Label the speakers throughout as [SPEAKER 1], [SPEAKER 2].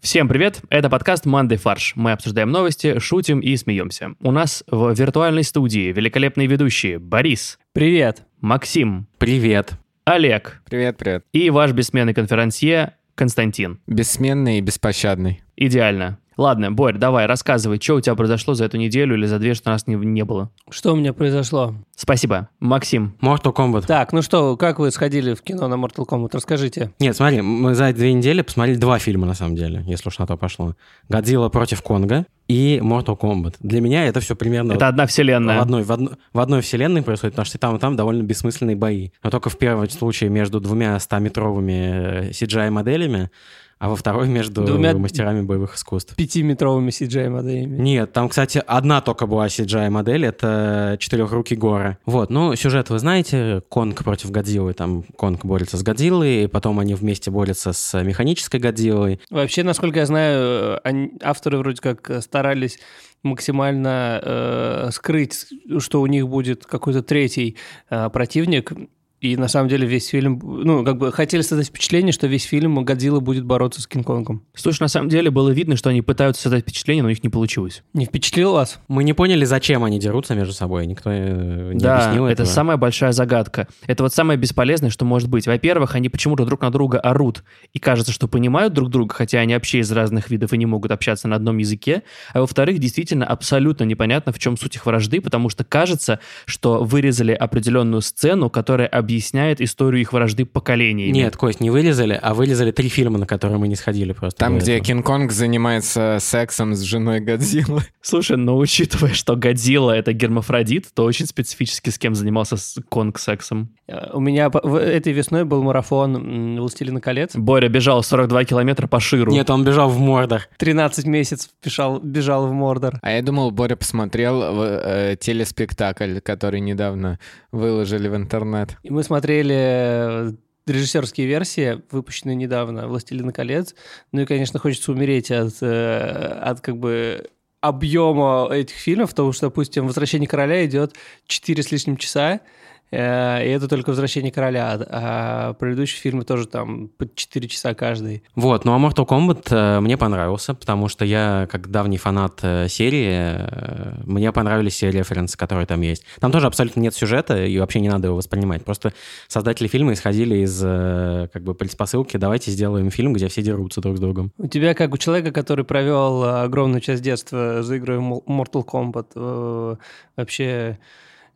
[SPEAKER 1] Всем привет! Это подкаст «Мандай фарш». Мы обсуждаем новости, шутим и смеемся. У нас в виртуальной студии великолепные ведущие Борис,
[SPEAKER 2] Привет.
[SPEAKER 1] Максим,
[SPEAKER 3] Привет.
[SPEAKER 1] Олег
[SPEAKER 3] Привет, привет.
[SPEAKER 1] и ваш бессменный конферансье Константин.
[SPEAKER 3] Бессменный и беспощадный.
[SPEAKER 1] Идеально. Ладно, Борь, давай, рассказывай, что у тебя произошло за эту неделю или за две, что нас не, не было.
[SPEAKER 2] Что у меня произошло?
[SPEAKER 1] Спасибо. Максим,
[SPEAKER 4] Mortal Kombat.
[SPEAKER 2] Так, ну что, как вы сходили в кино на Mortal Kombat? Расскажите.
[SPEAKER 4] Нет, смотри, мы за две недели посмотрели два фильма, на самом деле, если уж на то пошло. «Годзилла против Конга» и «Mortal Kombat». Для меня это все примерно
[SPEAKER 1] это одна
[SPEAKER 4] в,
[SPEAKER 1] вселенная.
[SPEAKER 4] одной, в, одно- в одной вселенной происходит, потому что и там, и там довольно бессмысленные бои. Но только в первом случае между двумя э, 100-метровыми CGI-моделями, а во второй между
[SPEAKER 2] Двумя-
[SPEAKER 4] мастерами боевых искусств.
[SPEAKER 2] Пятиметровыми CGI-моделями.
[SPEAKER 4] Нет, там, кстати, одна только была CGI-модель, это четырехрукий Гора. Вот, ну, сюжет вы знаете, Конг против Годзиллы, там Конг борется с Годзиллой, и потом они вместе борются с механической Годзиллой.
[SPEAKER 2] Вообще, насколько я знаю, э, они- авторы вроде как э, старались максимально э, скрыть, что у них будет какой-то третий э, противник. И на самом деле весь фильм... Ну, как бы хотели создать впечатление, что весь фильм Годзилла будет бороться с Кинг-Конгом.
[SPEAKER 1] Слушай, на самом делу было видно, что они пытаются создать впечатление, но у них не получилось.
[SPEAKER 2] Не впечатлил вас?
[SPEAKER 4] Мы не поняли, зачем они дерутся между собой, никто э, не
[SPEAKER 1] да,
[SPEAKER 4] объяснил
[SPEAKER 1] это
[SPEAKER 4] этого.
[SPEAKER 1] самая большая загадка. Это вот самое бесполезное, что может быть. Во-первых, они почему-то друг на друга орут и кажется, что понимают друг друга, хотя они вообще из разных видов и не могут общаться на одном языке. А во-вторых, действительно абсолютно непонятно, в чем суть их вражды, потому что кажется, что вырезали определенную сцену, которая объясняет историю их вражды поколениями.
[SPEAKER 4] Нет, Кость, не вырезали, а вырезали три фильма, на которые мы не сходили просто.
[SPEAKER 3] Там,
[SPEAKER 4] до
[SPEAKER 3] где
[SPEAKER 4] этого.
[SPEAKER 3] Кинг-Конг занимается сексом с женой Годзиллы.
[SPEAKER 1] Слушай, но учитывая, что Годзилла — это гермафродит, то очень специфически с кем занимался с- Конг сексом.
[SPEAKER 2] Э, У меня по- в- этой весной был марафон м, «Властелина колец».
[SPEAKER 1] Боря бежал 42 километра по Ширу.
[SPEAKER 4] Нет, он бежал в Мордор.
[SPEAKER 2] 13 месяцев бежал, бежал в Мордор.
[SPEAKER 3] А я думал, Боря посмотрел э, э, телеспектакль, который недавно выложили в интернет.
[SPEAKER 2] И мы смотрели э, режиссерские версии, выпущенные недавно «Властелина колец». Ну и, конечно, хочется умереть от, э, от как бы объема этих фильмов, потому что, допустим, «Возвращение короля» идет 4 с лишним часа, э, и это только «Возвращение короля», а предыдущие фильмы тоже там по 4 часа каждый.
[SPEAKER 4] Вот, ну а Mortal Kombat э, мне понравился, потому что я, как давний фанат э, серии, э, мне понравились все референсы, которые там есть. Там тоже абсолютно нет сюжета, и вообще не надо его воспринимать. Просто создатели фильма исходили из, э, как бы, предпосылки «давайте сделаем фильм, где все дерутся друг с другом».
[SPEAKER 2] У тебя, как у человека, который провел э, огромную часть детства за игрой Mo- Mortal Kombat, э, вообще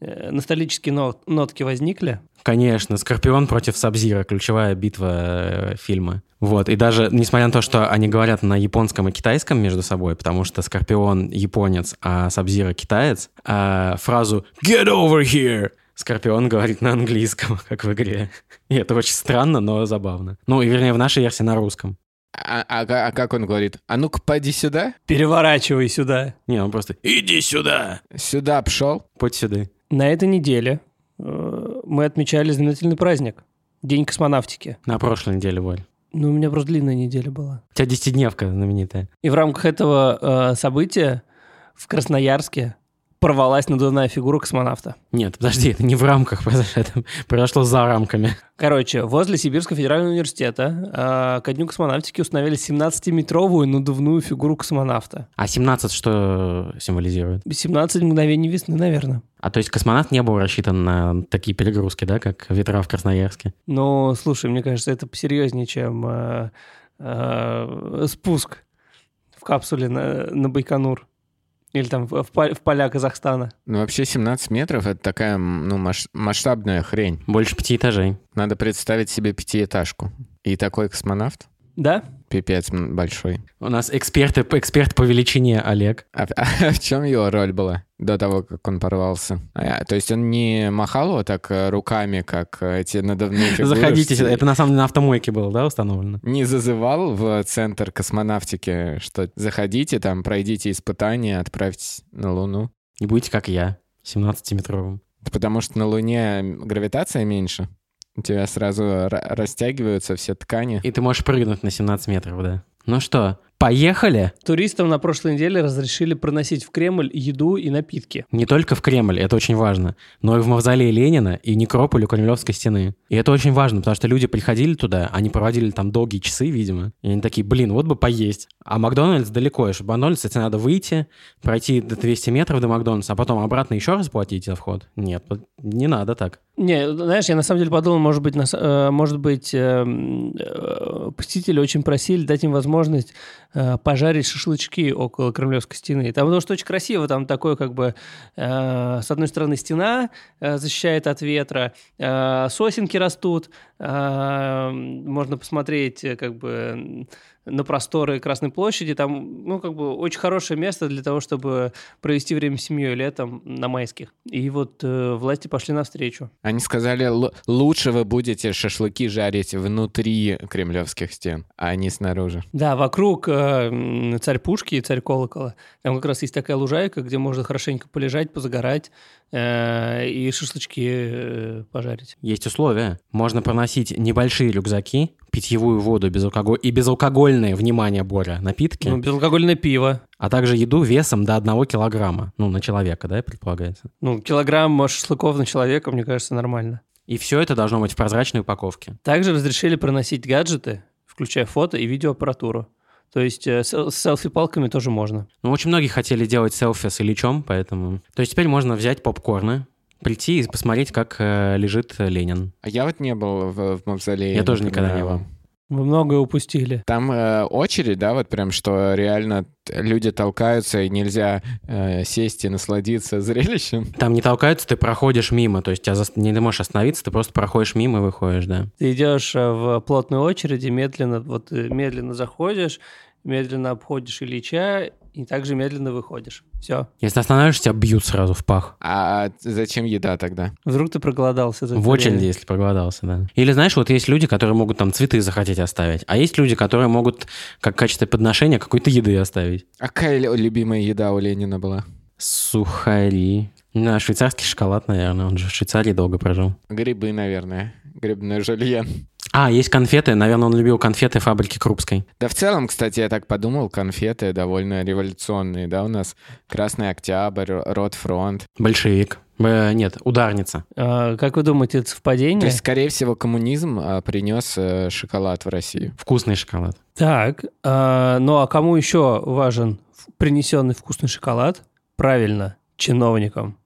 [SPEAKER 2] э, ностальгические нот- нотки возникли?
[SPEAKER 4] Конечно, Скорпион против Сабзира, ключевая битва э, фильма. Вот, и даже несмотря на то, что они говорят на японском и китайском между собой, потому что Скорпион японец, а Сабзира китаец, а фразу «Get over here!» Скорпион говорит на английском, как в игре. И это очень странно, но забавно. Ну, и вернее, в нашей версии на русском.
[SPEAKER 3] А, а ка- а как он говорит? А ну-ка, поди сюда.
[SPEAKER 2] Переворачивай сюда.
[SPEAKER 4] Не, он просто «Иди сюда!»
[SPEAKER 3] Сюда пшел.
[SPEAKER 4] Путь сюда.
[SPEAKER 2] На этой неделе э, мы отмечали знаменательный праздник. День космонавтики.
[SPEAKER 4] На прошлой неделе, Воль.
[SPEAKER 2] Ну, у меня просто длинная неделя была.
[SPEAKER 4] У тебя десятидневка знаменитая.
[SPEAKER 2] И в рамках этого э, события в Красноярске порвалась надувная фигура космонавта.
[SPEAKER 4] Нет, подожди, это не в рамках произошло, это произошло за рамками.
[SPEAKER 2] Короче, возле Сибирского федерального университета э, ко дню космонавтики установили 17-метровую надувную фигуру космонавта.
[SPEAKER 4] А 17 что символизирует?
[SPEAKER 2] 17 мгновений весны, наверное.
[SPEAKER 4] А то есть космонавт не был рассчитан на такие перегрузки, да, как ветра в Красноярске?
[SPEAKER 2] Ну, слушай, мне кажется, это посерьезнее, чем э, э, спуск в капсуле на, на Байконур. Или там в, в по- в поля Казахстана.
[SPEAKER 3] Ну, вообще 17 метров — это такая м, ну, маш- масштабная хрень.
[SPEAKER 4] Больше пяти этажей.
[SPEAKER 3] Надо представить себе пятиэтажку. И такой космонавт.
[SPEAKER 2] Да?
[SPEAKER 3] Пипец м, большой.
[SPEAKER 4] У нас эксперты, эксперт по величине Олег.
[SPEAKER 3] А, в- а в чем его роль была до того, как он порвался? А, то есть он не махал вот так э, руками, как э, эти надувные фигуры?
[SPEAKER 4] Заходите,
[SPEAKER 3] в теле-
[SPEAKER 4] это на самом деле на автомойке было, да, установлено?
[SPEAKER 3] Не зазывал в центр космонавтики, что заходите там, пройдите испытания, отправьтесь на Луну?
[SPEAKER 4] Не будете как я, 17-метровым.
[SPEAKER 3] Это потому что на Луне гравитация меньше. У тебя сразу ра- растягиваются все ткани.
[SPEAKER 4] И ты можешь прыгнуть на 17 метров, да. Ну что, Поехали!
[SPEAKER 2] Туристам на прошлой неделе разрешили проносить в Кремль еду и напитки.
[SPEAKER 4] Не только в Кремль, это очень важно, но и в мавзолей Ленина и некрополь у Кремлевской стены. И это очень важно, потому что люди приходили туда, они проводили там долгие часы, видимо, и они такие, блин, вот бы поесть. А Макдональдс далеко, и чтобы Макдональдс, это надо выйти, пройти до 200 метров до Макдональдса, а потом обратно еще раз платить за вход. Нет, вот не надо так.
[SPEAKER 2] Не, знаешь, я на самом деле подумал, может быть, на с- э, может быть, э, м, э, посетители очень просили дать им возможность э, пожарить шашлычки около Кремлевской стены. Там потому что очень красиво, там такое как бы э, с одной стороны стена э, защищает от ветра, э, сосенки растут, э, можно посмотреть э, как бы м, на просторы Красной площади, там, ну, как бы, очень хорошее место для того, чтобы провести время с семьей летом на майских. И вот э, власти пошли навстречу.
[SPEAKER 3] Они сказали, «Лу- лучше вы будете шашлыки жарить внутри кремлевских стен, а не снаружи.
[SPEAKER 2] Да, вокруг э, м, царь Пушки и царь Колокола. Там как раз есть такая лужайка, где можно хорошенько полежать, позагорать э, и шашлычки э, пожарить.
[SPEAKER 4] Есть условия. Можно проносить небольшие рюкзаки, питьевую воду безалкоголь... и безалкогольные, внимание, Боря, напитки,
[SPEAKER 2] Ну, безалкогольное пиво.
[SPEAKER 4] а также еду весом до одного килограмма. Ну, на человека, да, предполагается.
[SPEAKER 2] Ну, килограмм шашлыков на человека, мне кажется, нормально.
[SPEAKER 4] И все это должно быть в прозрачной упаковке.
[SPEAKER 2] Также разрешили проносить гаджеты, включая фото и видеоаппаратуру. То есть э, сел- с селфи-палками тоже можно.
[SPEAKER 4] Ну, очень многие хотели делать селфи с Ильичом, поэтому... То есть теперь можно взять попкорны, прийти и посмотреть, как э, лежит э, Ленин.
[SPEAKER 3] А я вот не был в, в мавзолее.
[SPEAKER 4] Я тоже никогда не
[SPEAKER 3] Кремлева.
[SPEAKER 4] был.
[SPEAKER 2] Вы многое упустили.
[SPEAKER 3] Там э, очередь, да, вот прям, что реально т- люди толкаются, и нельзя э, сесть и насладиться зрелищем.
[SPEAKER 4] Там не толкаются, ты проходишь мимо, то есть тебя зас- не можешь остановиться, ты просто проходишь мимо и выходишь, да.
[SPEAKER 2] Ты идешь э, в плотной очереди, медленно, вот э, медленно заходишь, медленно обходишь Ильича и также медленно выходишь. Все.
[SPEAKER 4] Если останавливаешься, тебя бьют сразу в пах.
[SPEAKER 3] А зачем еда тогда?
[SPEAKER 2] Вдруг ты проголодался. за
[SPEAKER 4] В
[SPEAKER 2] это
[SPEAKER 4] очереди,
[SPEAKER 2] время.
[SPEAKER 4] если проголодался, да. Или, знаешь, вот есть люди, которые могут там цветы захотеть оставить, а есть люди, которые могут как качество подношения какой-то еды оставить.
[SPEAKER 3] А Какая лю- любимая еда у Ленина была?
[SPEAKER 4] Сухари. Не знаю, швейцарский шоколад, наверное, он же в Швейцарии долго прожил.
[SPEAKER 3] Грибы, наверное. Грибное жульен.
[SPEAKER 4] А, есть конфеты, наверное, он любил конфеты фабрики Крупской.
[SPEAKER 3] Да в целом, кстати, я так подумал, конфеты довольно революционные, да, у нас Красный Октябрь, Ротфронт.
[SPEAKER 4] Большевик. Э, нет, ударница.
[SPEAKER 2] А, как вы думаете, это совпадение?
[SPEAKER 3] То есть, скорее всего, коммунизм а, принес э, шоколад в Россию.
[SPEAKER 4] Вкусный шоколад.
[SPEAKER 2] Так, а, ну а кому еще важен в- принесенный вкусный шоколад? Правильно, чиновникам.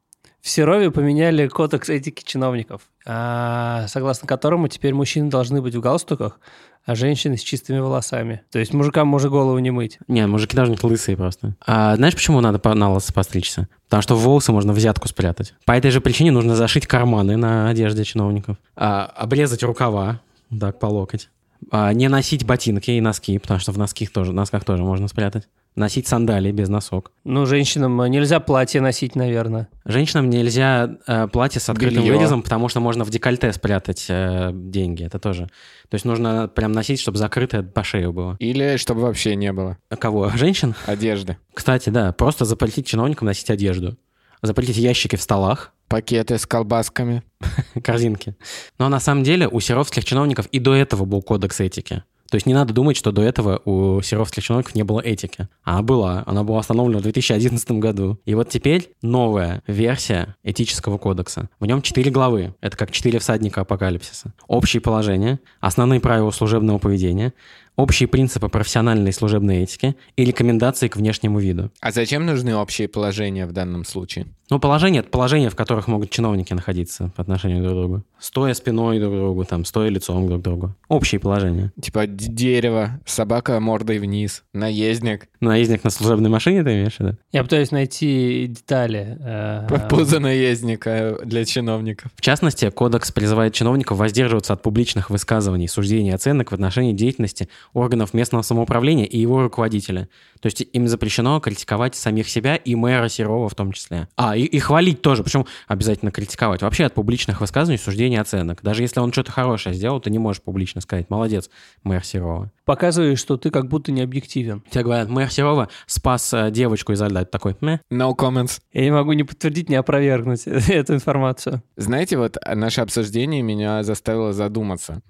[SPEAKER 2] В Серове поменяли кодекс этики чиновников, а, согласно которому теперь мужчины должны быть в галстуках, а женщины с чистыми волосами. То есть мужикам можно голову не мыть.
[SPEAKER 4] Не, мужики должны быть лысые просто. А знаешь, почему надо по- на лысо постричься? Потому что в волосы можно взятку спрятать. По этой же причине нужно зашить карманы на одежде чиновников, а, обрезать рукава, так, по локоть, А, не носить ботинки и носки, потому что в носких тоже, носках тоже можно спрятать. Носить сандалии без носок.
[SPEAKER 2] Ну, женщинам нельзя платье носить, наверное.
[SPEAKER 4] Женщинам нельзя э, платье с открытым
[SPEAKER 3] Белье.
[SPEAKER 4] вырезом, потому что можно в декольте спрятать э, деньги. Это тоже. То есть нужно прям носить, чтобы закрытое по шею было.
[SPEAKER 3] Или чтобы вообще не было
[SPEAKER 4] А Кого? Женщин?
[SPEAKER 3] одежды.
[SPEAKER 4] Кстати, да, просто запретить чиновникам носить одежду. Запретить ящики в столах,
[SPEAKER 3] Пакеты с колбасками.
[SPEAKER 4] корзинки. Но на самом деле у серовских чиновников и до этого был кодекс этики. То есть не надо думать, что до этого у серовских чиновников не было этики. Она была. Она была установлена в 2011 году. И вот теперь новая версия этического кодекса. В нем четыре главы. Это как четыре всадника апокалипсиса. Общие положения, основные правила служебного поведения, общие принципы профессиональной и служебной этики и рекомендации к внешнему виду.
[SPEAKER 3] А зачем нужны общие положения в данном случае?
[SPEAKER 4] Ну, положение — это положение, в которых могут чиновники находиться по отношению друг к другу. Стоя спиной друг к другу, там, стоя лицом друг к другу. Общие положения.
[SPEAKER 3] Типа д- дерево, собака мордой вниз, наездник,
[SPEAKER 4] Наездник на служебной машине, ты имеешь в виду?
[SPEAKER 2] Я пытаюсь найти детали. э,
[SPEAKER 3] пузо наездника для чиновников.
[SPEAKER 4] В частности, кодекс призывает чиновников воздерживаться от публичных высказываний, суждений и оценок в отношении деятельности органов местного самоуправления и его руководителя. То есть им запрещено критиковать самих себя и мэра Серова в том числе. А, и, и хвалить тоже. Почему обязательно критиковать? Вообще от публичных высказываний, суждений и оценок. Даже если он что-то хорошее сделал, ты не можешь публично сказать «молодец, мэр Серова».
[SPEAKER 2] Показываешь, э, что ты как будто не объективен.
[SPEAKER 4] Тебе говорят, мэр Серова спас э, девочку изо льда. Ты такой, «Мэ».
[SPEAKER 3] No comments.
[SPEAKER 2] Я не могу не подтвердить, не опровергнуть эту информацию.
[SPEAKER 3] Знаете, вот а, наше обсуждение меня заставило задуматься.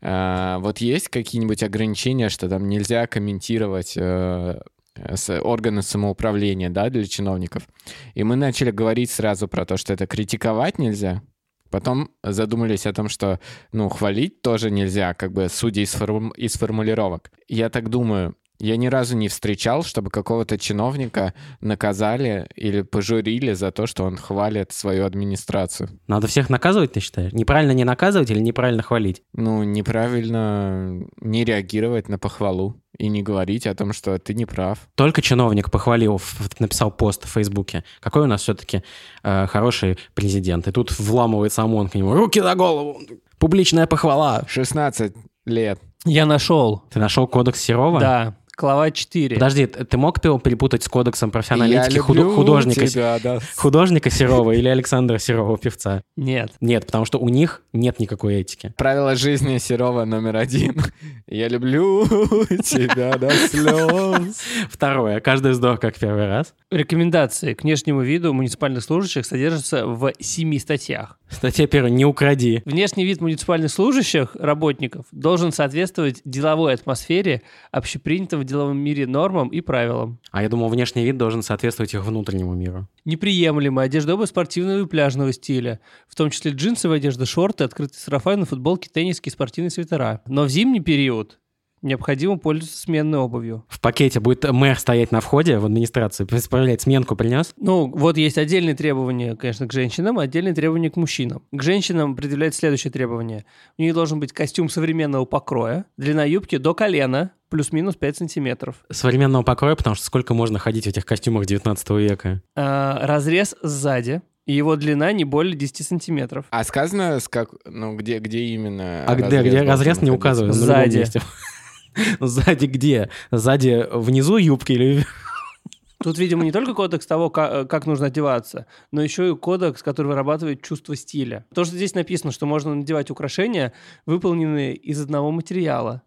[SPEAKER 3] А, вот есть какие-нибудь ограничения, что там нельзя комментировать э, с- органы самоуправления, да, для чиновников? И мы начали говорить сразу про то, что это критиковать нельзя. Потом задумались о том, что, ну, хвалить тоже нельзя, как бы, судя из, форм- из формулировок. Я так думаю, я ни разу не встречал, чтобы какого-то чиновника наказали или пожурили за то, что он хвалит свою администрацию.
[SPEAKER 4] Надо всех наказывать, ты считаешь? Неправильно не наказывать или неправильно хвалить?
[SPEAKER 3] Ну, неправильно не реагировать на похвалу и не говорить о том, что ты не прав.
[SPEAKER 4] Только чиновник похвалил, ф- ф- написал пост в Фейсбуке. Какой у нас все-таки хороший президент. И тут вламывается ОМОН к нему. Руки за голову! Публичная похвала!
[SPEAKER 3] 16 лет.
[SPEAKER 2] Я нашел.
[SPEAKER 4] Ты нашел кодекс Серова?
[SPEAKER 2] Да, глава 4.
[SPEAKER 4] Подожди, т- ты мог пил- перепутать с кодексом
[SPEAKER 3] Я
[SPEAKER 4] профессионалистики худо-
[SPEAKER 3] люблю
[SPEAKER 4] художника, С-
[SPEAKER 3] тебя, да.
[SPEAKER 4] художника Серова или Александра Серова, певца?
[SPEAKER 2] Нет.
[SPEAKER 4] Нет, потому что у них нет никакой этики.
[SPEAKER 3] Правило жизни Серова номер один. Я люблю тебя до слез.
[SPEAKER 4] Второе. Каждый сдох как первый раз.
[SPEAKER 2] Рекомендации к внешнему виду муниципальных служащих содержатся в семи статьях.
[SPEAKER 4] Статья первая. Не укради.
[SPEAKER 2] Внешний вид муниципальных служащих, работников, должен соответствовать деловой атмосфере, общепринятым в деловом мире нормам и правилам.
[SPEAKER 4] А я думал, внешний вид должен соответствовать их внутреннему миру.
[SPEAKER 2] Неприемлемы одежда обувь спортивного и пляжного стиля, в том числе джинсовая одежда, шорты, открытые сарафаны, футболки, тенниски, и спортивные свитера. Но в зимний период необходимо пользоваться сменной обувью.
[SPEAKER 4] В пакете будет мэр стоять на входе в администрацию, исправлять сменку принес.
[SPEAKER 2] Ну, вот есть отдельные требования, конечно, к женщинам, а отдельные требования к мужчинам. К женщинам определяет следующее требование. У них должен быть костюм современного покроя, длина юбки до колена, плюс-минус 5 сантиметров.
[SPEAKER 4] Современного покроя, потому что сколько можно ходить в этих костюмах 19 века.
[SPEAKER 2] А, разрез сзади, и его длина не более 10 сантиметров.
[SPEAKER 3] А сказано, с как, ну, где, где именно?
[SPEAKER 4] А где, где
[SPEAKER 3] должен
[SPEAKER 4] разрез не
[SPEAKER 3] находиться? Ну,
[SPEAKER 4] указывают. на
[SPEAKER 2] Сзади.
[SPEAKER 4] любом месте. Ну, Сзади где? Сзади внизу юбки или...
[SPEAKER 2] Тут, видимо, не только кодекс того, ка- э, как нужно одеваться, но еще и кодекс, который вырабатывает чувство стиля. То, что здесь написано, что можно надевать украшения, выполненные из одного материала.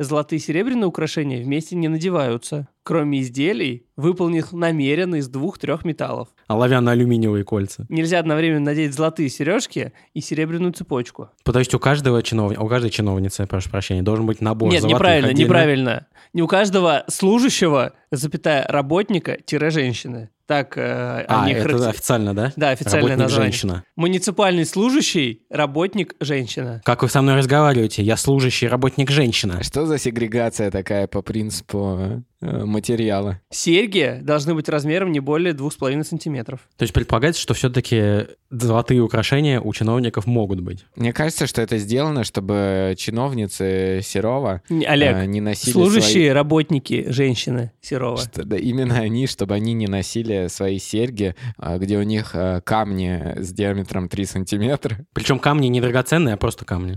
[SPEAKER 2] Золотые и серебряные украшения вместе не надеваются, кроме изделий, выполненных намеренно из двух-трех металлов.
[SPEAKER 4] Оловянно-алюминиевые кольца.
[SPEAKER 2] Нельзя одновременно надеть золотые сережки и серебряную цепочку.
[SPEAKER 4] Потому что у каждого чиновника, у каждой чиновницы, прошу прощения, должен быть набор
[SPEAKER 2] Нет,
[SPEAKER 4] золотых
[SPEAKER 2] неправильно,
[SPEAKER 4] отдельно.
[SPEAKER 2] неправильно. Не у каждого служащего, запятая, работника-женщины. Так э,
[SPEAKER 4] А,
[SPEAKER 2] они
[SPEAKER 4] это
[SPEAKER 2] характеризуют.
[SPEAKER 4] официально, да?
[SPEAKER 2] Да, официальное
[SPEAKER 4] Работник
[SPEAKER 2] название.
[SPEAKER 4] женщина.
[SPEAKER 2] Муниципальный служащий, работник, женщина.
[SPEAKER 4] Как вы со мной разговариваете? Я служащий работник женщина.
[SPEAKER 3] Что за сегрегация такая по принципу э, материала?
[SPEAKER 2] Серьги должны быть размером не более 2,5 сантиметров.
[SPEAKER 4] То есть предполагается, что все-таки золотые украшения у чиновников могут быть.
[SPEAKER 3] Мне кажется, что это сделано, чтобы чиновницы Серова
[SPEAKER 2] Не,
[SPEAKER 3] э,
[SPEAKER 2] Олег,
[SPEAKER 3] не носили
[SPEAKER 2] служащие, работники, женщины, Серова.
[SPEAKER 3] Что- да, именно они, чтобы они не носили свои серьги, а, где у них а, камни с диаметром 3 сантиметра,
[SPEAKER 4] Причем камни не драгоценные, а просто камни.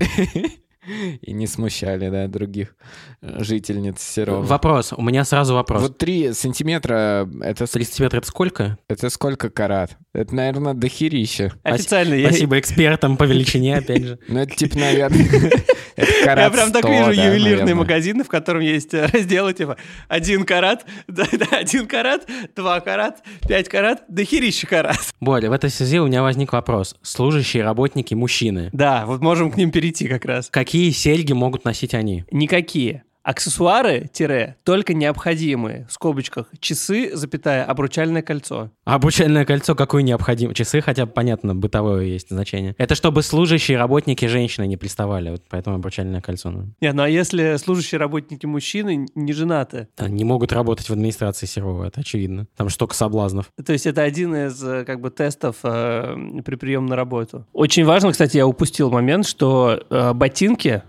[SPEAKER 3] и не смущали, да, других э, жительниц Серова.
[SPEAKER 4] Вопрос. У меня сразу вопрос.
[SPEAKER 3] Вот 3 сантиметра, э, это, с-
[SPEAKER 4] 30 метров это сколько?
[SPEAKER 3] это сколько карат? Это, наверное, дохерища.
[SPEAKER 2] Официально я...
[SPEAKER 4] Спасибо экспертам по величине, опять же.
[SPEAKER 3] Ну, это типа, наверное, это
[SPEAKER 2] Я
[SPEAKER 3] карат
[SPEAKER 2] прям так
[SPEAKER 3] 100,
[SPEAKER 2] вижу
[SPEAKER 3] да,
[SPEAKER 2] ювелирные
[SPEAKER 3] наверное.
[SPEAKER 2] магазины, в котором есть э, разделы типа один карат, да, да, один карат, два карат, пять карат, да херища карат.
[SPEAKER 4] Боря, в этой связи у меня возник вопрос. Служащие, работники, мужчины.
[SPEAKER 2] Да, вот можем к ним перейти как раз.
[SPEAKER 4] Какие серьги могут носить они?
[SPEAKER 2] Никакие. Аксессуары, тире, только необходимые, в скобочках, часы, запятая, обручальное кольцо.
[SPEAKER 4] А Обручальное кольцо какое необходимо? Часы хотя бы, понятно, бытовое есть значение. Это чтобы служащие, работники, женщины не приставали. Вот поэтому обручальное кольцо. ну.
[SPEAKER 2] Не, ну а если служащие работники мужчины не женаты?
[SPEAKER 4] Да, не могут работать в администрации Серова, это очевидно. Там столько соблазнов.
[SPEAKER 2] То есть это один из э, как бы тестов э, при приеме на работу. Очень важно, кстати, я упустил момент, что э, ботинки,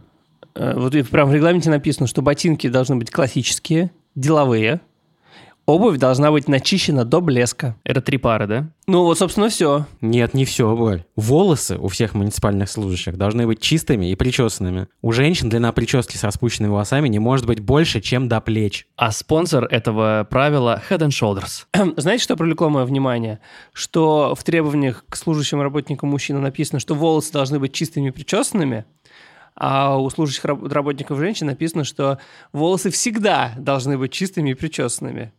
[SPEAKER 2] э, вот и прям в регламенте написано, что ботинки должны быть классические, деловые, обувь должна быть начищена до блеска.
[SPEAKER 1] Это три пары, да?
[SPEAKER 2] Ну вот, собственно, все.
[SPEAKER 4] Нет, не все, Борь. Волосы у всех муниципальных служащих должны быть чистыми и причесанными. У женщин длина прически с распущенными волосами не может быть больше, чем до плеч.
[SPEAKER 1] А спонсор этого правила Head and Shoulders.
[SPEAKER 2] Знаете, что привлекло мое внимание? Что в требованиях к служащим работникам мужчина написано, что волосы должны быть чистыми и причесанными, а у служащих раб- работников женщин написано, что волосы всегда должны быть чистыми и причесанными.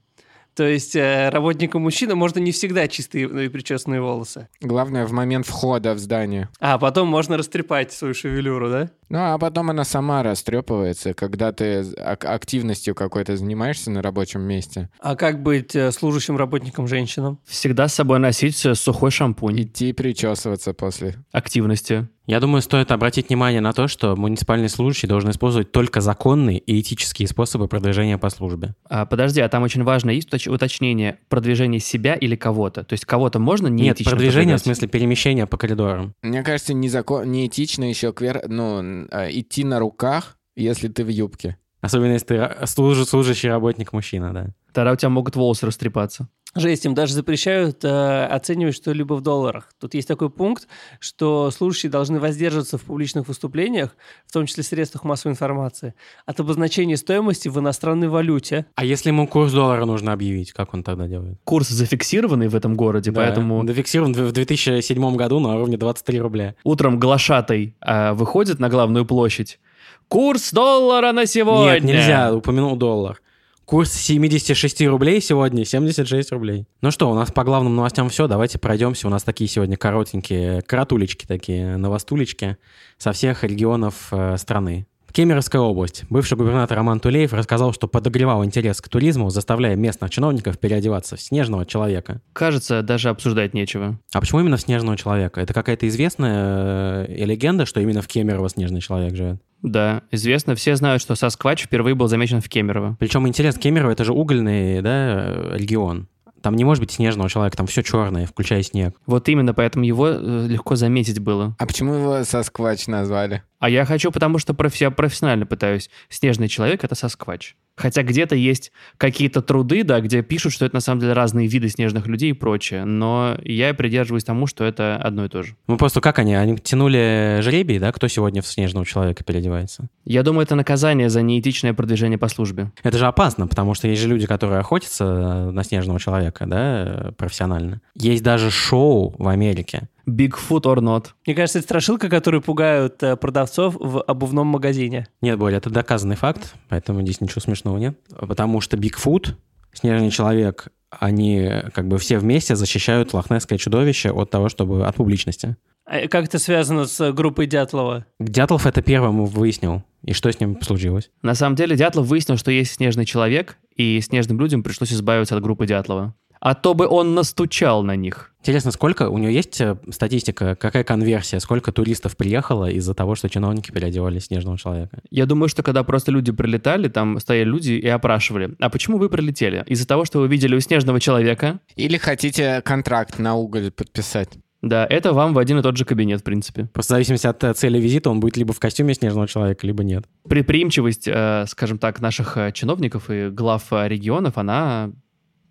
[SPEAKER 2] То есть э, работнику мужчина можно не всегда чистые ну, и причесанные волосы.
[SPEAKER 3] Главное, в момент входа в здание.
[SPEAKER 2] А потом можно растрепать свою шевелюру, да?
[SPEAKER 3] Ну, а потом она сама растрепывается, когда ты ак- активностью какой-то занимаешься на рабочем месте.
[SPEAKER 2] А как быть э, служащим работником женщинам?
[SPEAKER 1] Всегда с собой носить э, сухой шампунь
[SPEAKER 3] Идти причесываться после.
[SPEAKER 1] активности.
[SPEAKER 4] Я думаю, стоит обратить внимание на то, что муниципальный служащий должен использовать только законные и этические способы продвижения по службе.
[SPEAKER 1] А, подожди, а там очень важно есть уточ- уточнение продвижение себя или кого-то. То есть кого-то можно не
[SPEAKER 4] Нет, продвижение в смысле перемещения по коридорам.
[SPEAKER 3] Мне кажется, незакон... неэтично еще квер... ну, н- э, идти на руках, если ты в юбке.
[SPEAKER 4] Особенно если ты ра- служ- служащий работник мужчина, да.
[SPEAKER 1] Тогда у тебя могут волосы растрепаться.
[SPEAKER 2] Жесть, им даже запрещают э, оценивать что-либо в долларах. Тут есть такой пункт, что служащие должны воздерживаться в публичных выступлениях, в том числе в средствах массовой информации, от обозначения стоимости в иностранной валюте.
[SPEAKER 4] А если ему курс доллара нужно объявить, как он тогда делает?
[SPEAKER 1] Курс зафиксированный в этом городе,
[SPEAKER 4] Да,
[SPEAKER 1] поэтому
[SPEAKER 4] он зафиксирован в в 2007 году на уровне 23 рубля.
[SPEAKER 1] утром глашатай а, выходит на главную площадь. Курс доллара на сегодня!
[SPEAKER 4] Нет, нельзя, упомянул доллар. Курс 76 рублей сегодня, 76 рублей. Ну что, у нас по главным новостям все, давайте пройдемся. У нас такие сегодня коротенькие кратулечки такие, новостулечки со всех регионов э, страны. Кемеровская область. Бывший губернатор Роман Тулеев рассказал, что подогревал интерес к туризму, заставляя местных чиновников переодеваться в снежного человека.
[SPEAKER 1] Кажется, даже обсуждать нечего.
[SPEAKER 4] А почему именно в снежного человека? Это какая-то известная э, легенда, что именно в Кемерово снежный человек живет?
[SPEAKER 1] Да, известно, все знают, что Сасквач впервые был замечен в Кемерово.
[SPEAKER 4] Причем интерес Кемерово это же угольный да, э, регион. Там не может быть снежного человека, там все черное, включая снег.
[SPEAKER 1] Вот именно поэтому его э, легко заметить было.
[SPEAKER 3] А почему его сосквач назвали?
[SPEAKER 1] А я хочу, потому что профи- я профессионально пытаюсь. Снежный человек — это Сасквач. Хотя где-то есть какие-то труды, да, где пишут, что это на самом деле разные виды снежных людей и прочее. Но я придерживаюсь тому, что это одно и то же.
[SPEAKER 4] Ну просто как они? Они тянули жребий, да, кто сегодня в снежного человека переодевается?
[SPEAKER 1] Я думаю, это наказание за неэтичное продвижение по службе.
[SPEAKER 4] Это же опасно, потому что есть же люди, которые охотятся на снежного человека, да, э, профессионально. Есть даже шоу в Америке.
[SPEAKER 1] Bigfoot or not.
[SPEAKER 2] Мне кажется, это страшилка, которую пугают э, продавцов в обувном магазине.
[SPEAKER 4] Нет, Боря, это доказанный факт, поэтому здесь ничего смешного нет. Потому что Бигфут, Снежный Человек, они как бы все вместе защищают лохнесское чудовище от того, чтобы от публичности.
[SPEAKER 2] А как это связано с э, группой Дятлова?
[SPEAKER 4] Дятлов это первым выяснил. И что с ним случилось?
[SPEAKER 1] На самом деле Дятлов выяснил, что есть снежный человек, и снежным людям пришлось избавиться от группы Дятлова. А то бы он настучал на них.
[SPEAKER 4] Интересно, сколько у него есть э, статистика, какая конверсия, сколько туристов приехало из-за того, что чиновники переодевали снежного человека?
[SPEAKER 1] Я думаю, что когда просто люди прилетали, там стояли люди и опрашивали. А почему вы прилетели? Из-за того, что вы видели у снежного человека?
[SPEAKER 3] Или хотите контракт на уголь подписать?
[SPEAKER 1] Да, это вам в один и тот же кабинет, в принципе.
[SPEAKER 4] Просто в зависимости от э, цели визита он будет либо в костюме снежного человека, либо нет.
[SPEAKER 1] Предприимчивость, э, скажем так, наших э, чиновников и глав э, регионов, она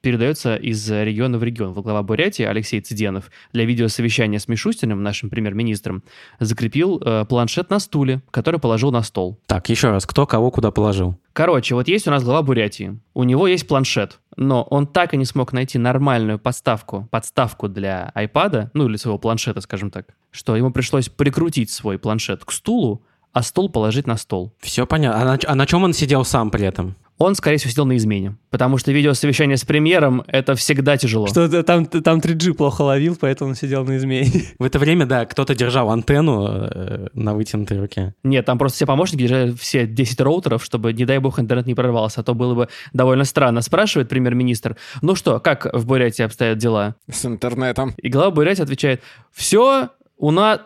[SPEAKER 1] передается из региона в регион. Вот глава Бурятии Алексей Цыденов для видеосовещания с Мишустиным, нашим премьер-министром, закрепил э, планшет на стуле, который положил на стол.
[SPEAKER 4] Так, еще раз, кто кого куда положил?
[SPEAKER 1] Короче, вот есть у нас глава Бурятии. У него есть планшет, но он так и не смог найти нормальную подставку, подставку для айпада, ну или своего планшета, скажем так, что ему пришлось прикрутить свой планшет к стулу, а стул положить на стол.
[SPEAKER 4] Все понятно. А на, ч- а на чем он сидел сам при этом?
[SPEAKER 1] Он, скорее всего, сидел на измене, потому что видеосовещание с премьером — это всегда тяжело.
[SPEAKER 2] Что там, там 3G плохо ловил, поэтому он сидел на измене.
[SPEAKER 4] В это время, да, кто-то держал антенну э, на вытянутой руке.
[SPEAKER 1] Нет, там просто все помощники держали все 10 роутеров, чтобы, не дай бог, интернет не прорвался, а то было бы довольно странно. Спрашивает премьер-министр, ну что, как в Бурятии обстоят дела?
[SPEAKER 3] С интернетом.
[SPEAKER 1] И глава Бурятии отвечает, все у нас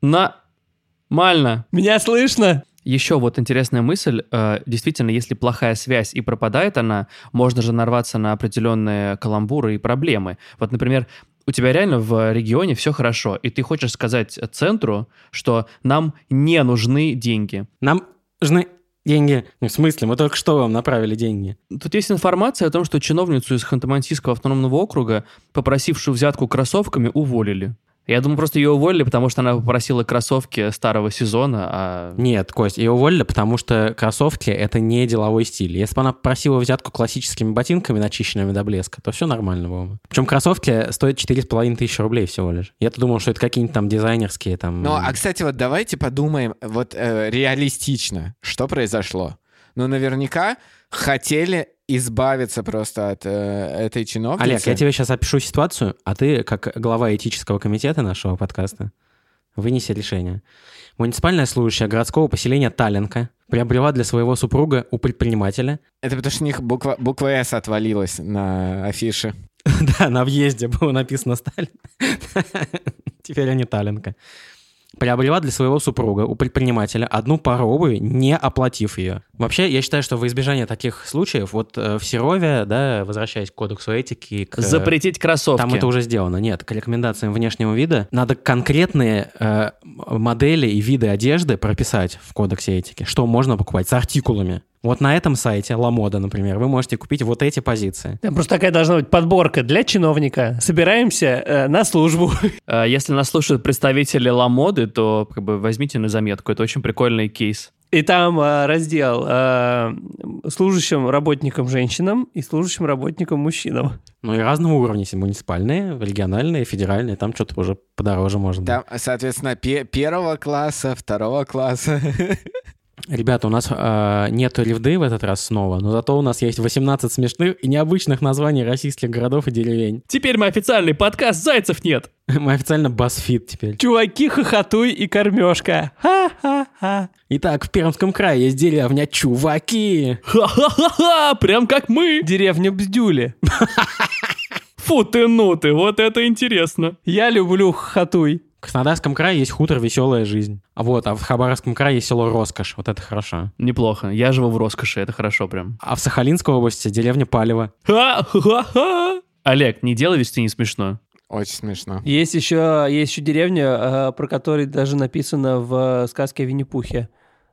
[SPEAKER 1] нормально.
[SPEAKER 2] Меня слышно?
[SPEAKER 1] Еще вот интересная мысль. э, Действительно, если плохая связь и пропадает она, можно же нарваться на определенные каламбуры и проблемы. Вот, например, у тебя реально в регионе все хорошо, и ты хочешь сказать центру, что нам не нужны деньги.
[SPEAKER 4] Нам нужны деньги. Ну, в смысле, мы только что вам направили деньги.
[SPEAKER 1] Тут есть информация о том, что чиновницу из Ханты-Мансийского автономного округа, попросившую взятку кроссовками, уволили. Я думаю, просто ее уволили, потому что она попросила кроссовки старого сезона, а...
[SPEAKER 4] Нет, Кость, ее уволили, потому что кроссовки — это не деловой стиль. Если бы она просила взятку классическими ботинками, начищенными до блеска, то все нормально было бы. Причем кроссовки стоят 4,5 тысячи рублей всего лишь. Я-то думал, что это какие-нибудь там дизайнерские там...
[SPEAKER 3] Ну, а, кстати, вот давайте подумаем, вот э, реалистично, что произошло. Ну, наверняка хотели избавиться просто от э, этой чиновницы.
[SPEAKER 4] Олег, я тебе сейчас опишу ситуацию, а ты, как глава этического комитета нашего подкаста, Вынеси решение. Муниципальная служащая городского поселения Таленка приобрела для своего супруга у предпринимателя...
[SPEAKER 3] Это потому что у них буква, буква «С» отвалилась на афише.
[SPEAKER 4] Да, на въезде было написано Сталин. Теперь они Таленка. Приобрела для своего супруга у предпринимателя одну пару обуви, не оплатив ее. Вообще, я считаю, что во избежание таких случаев, вот э, в Серове, да, возвращаясь к кодексу этики... К, э,
[SPEAKER 1] Запретить кроссовки.
[SPEAKER 4] Там это уже сделано. Нет, к рекомендациям внешнего вида надо конкретные э, модели и виды одежды прописать в кодексе этики, что можно покупать с артикулами. Вот на этом сайте Ламода, например, вы можете купить вот эти позиции.
[SPEAKER 2] Там просто такая должна быть подборка для чиновника. Собираемся э, на службу.
[SPEAKER 1] Э, Если нас слушают представители ламоды, то как бы, возьмите на заметку. Это очень прикольный кейс.
[SPEAKER 2] И там э, раздел э, служащим работникам женщинам и служащим работникам мужчинам.
[SPEAKER 4] Ну и разного уровня, если муниципальные, региональные, федеральные, там что-то уже подороже можно.
[SPEAKER 3] Там, соответственно, пе- первого класса, второго класса.
[SPEAKER 4] Ребята, у нас э, нету ревды в этот раз снова, но зато у нас есть 18 смешных и необычных названий российских городов и деревень.
[SPEAKER 1] Теперь мы официальный подкаст «Зайцев нет».
[SPEAKER 4] Мы официально басфит теперь.
[SPEAKER 2] Чуваки, хохотуй и кормежка. Ха-ха-ха.
[SPEAKER 4] Итак, в Пермском крае есть деревня Чуваки.
[SPEAKER 1] Ха-ха-ха-ха, прям как мы.
[SPEAKER 2] Деревня Бздюли.
[SPEAKER 1] Фу ты, ну ты, вот это интересно.
[SPEAKER 2] Я люблю хохотуй.
[SPEAKER 4] В Краснодарском крае есть хутор «Веселая жизнь». А вот, а в Хабаровском крае есть село Роскошь. Вот это хорошо.
[SPEAKER 1] Неплохо, я живу в роскоши, это хорошо прям.
[SPEAKER 4] А в Сахалинской области деревня Палево.
[SPEAKER 1] Ха-ха-ха. Олег, не делай вести не смешно.
[SPEAKER 3] Очень смешно.
[SPEAKER 2] Есть еще, есть еще деревня, э, про которую даже написано в э, сказке о Винни-Пухе.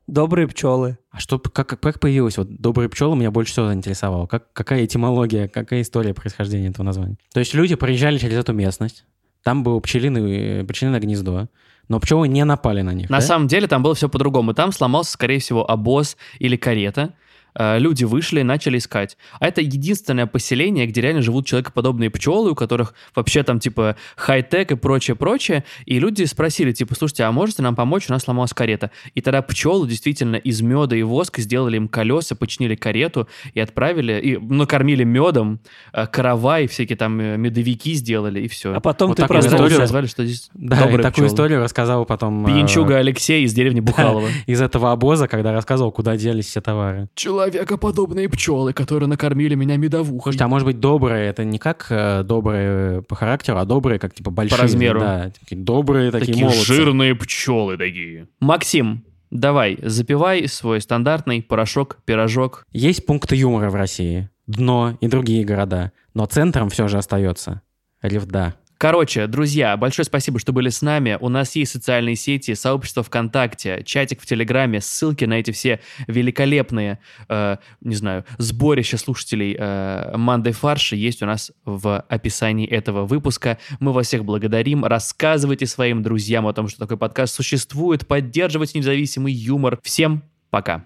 [SPEAKER 2] Добрые пчелы.
[SPEAKER 4] А что, как, как появилось? Вот «Добрые пчелы» меня больше всего заинтересовало. Как, какая этимология, какая история происхождения этого названия? То есть люди проезжали через эту местность, там было пчелиное, э, пчелиное гнездо, но пчелы не напали на них.
[SPEAKER 1] На
[SPEAKER 4] да?
[SPEAKER 1] самом деле там было все по-другому. Там сломался, скорее всего, обоз или карета. Э, Люди вышли и начали искать. А это единственное поселение, где реально живут человекоподобные пчелы, у которых вообще там типа хай-тек и прочее-прочее. И люди спросили, типа, слушайте, а можете нам помочь? У нас сломалась карета. И тогда пчелы действительно из меда и воска сделали им колеса, починили карету и отправили, и накормили медом, э, каравай, всякие там э, медовики сделали, и все.
[SPEAKER 2] А потом
[SPEAKER 4] Вот
[SPEAKER 2] ты
[SPEAKER 4] так и
[SPEAKER 1] Просто
[SPEAKER 2] проснулся.
[SPEAKER 4] историю-
[SPEAKER 1] назвали, что здесь
[SPEAKER 4] Да, и
[SPEAKER 1] добрые
[SPEAKER 4] такую
[SPEAKER 1] пчелы.
[SPEAKER 4] историю рассказал потом... э,
[SPEAKER 1] Пьянчуга Алексей из деревни Бухалова.
[SPEAKER 4] из этого обоза, когда рассказывал, куда делись все товары.
[SPEAKER 1] Человекоподобные пчелы, которые накормили меня медовухой.
[SPEAKER 4] Слушайте, а может быть добрые, это не как э, добрые по характеру, а добрые как типа большие.
[SPEAKER 1] размеру.
[SPEAKER 4] Да, такие добрые такие,
[SPEAKER 1] такие
[SPEAKER 4] молодцы.
[SPEAKER 1] жирные пчелы такие. Максим, давай, запивай свой стандартный порошок, пирожок.
[SPEAKER 4] Есть пункты юмора в России, дно и другие города, но центром все же остается Ревда.
[SPEAKER 1] Короче, друзья, большое спасибо, что были с нами. У нас есть социальные сети, сообщество ВКонтакте, чатик в Телеграме, ссылки на эти все великолепные, э, не знаю, сборища слушателей э, Мандай Фарши есть у нас в описании этого выпуска. Мы вас всех благодарим. Рассказывайте своим друзьям о том, что такой подкаст существует. Поддерживайте независимый юмор. Всем пока.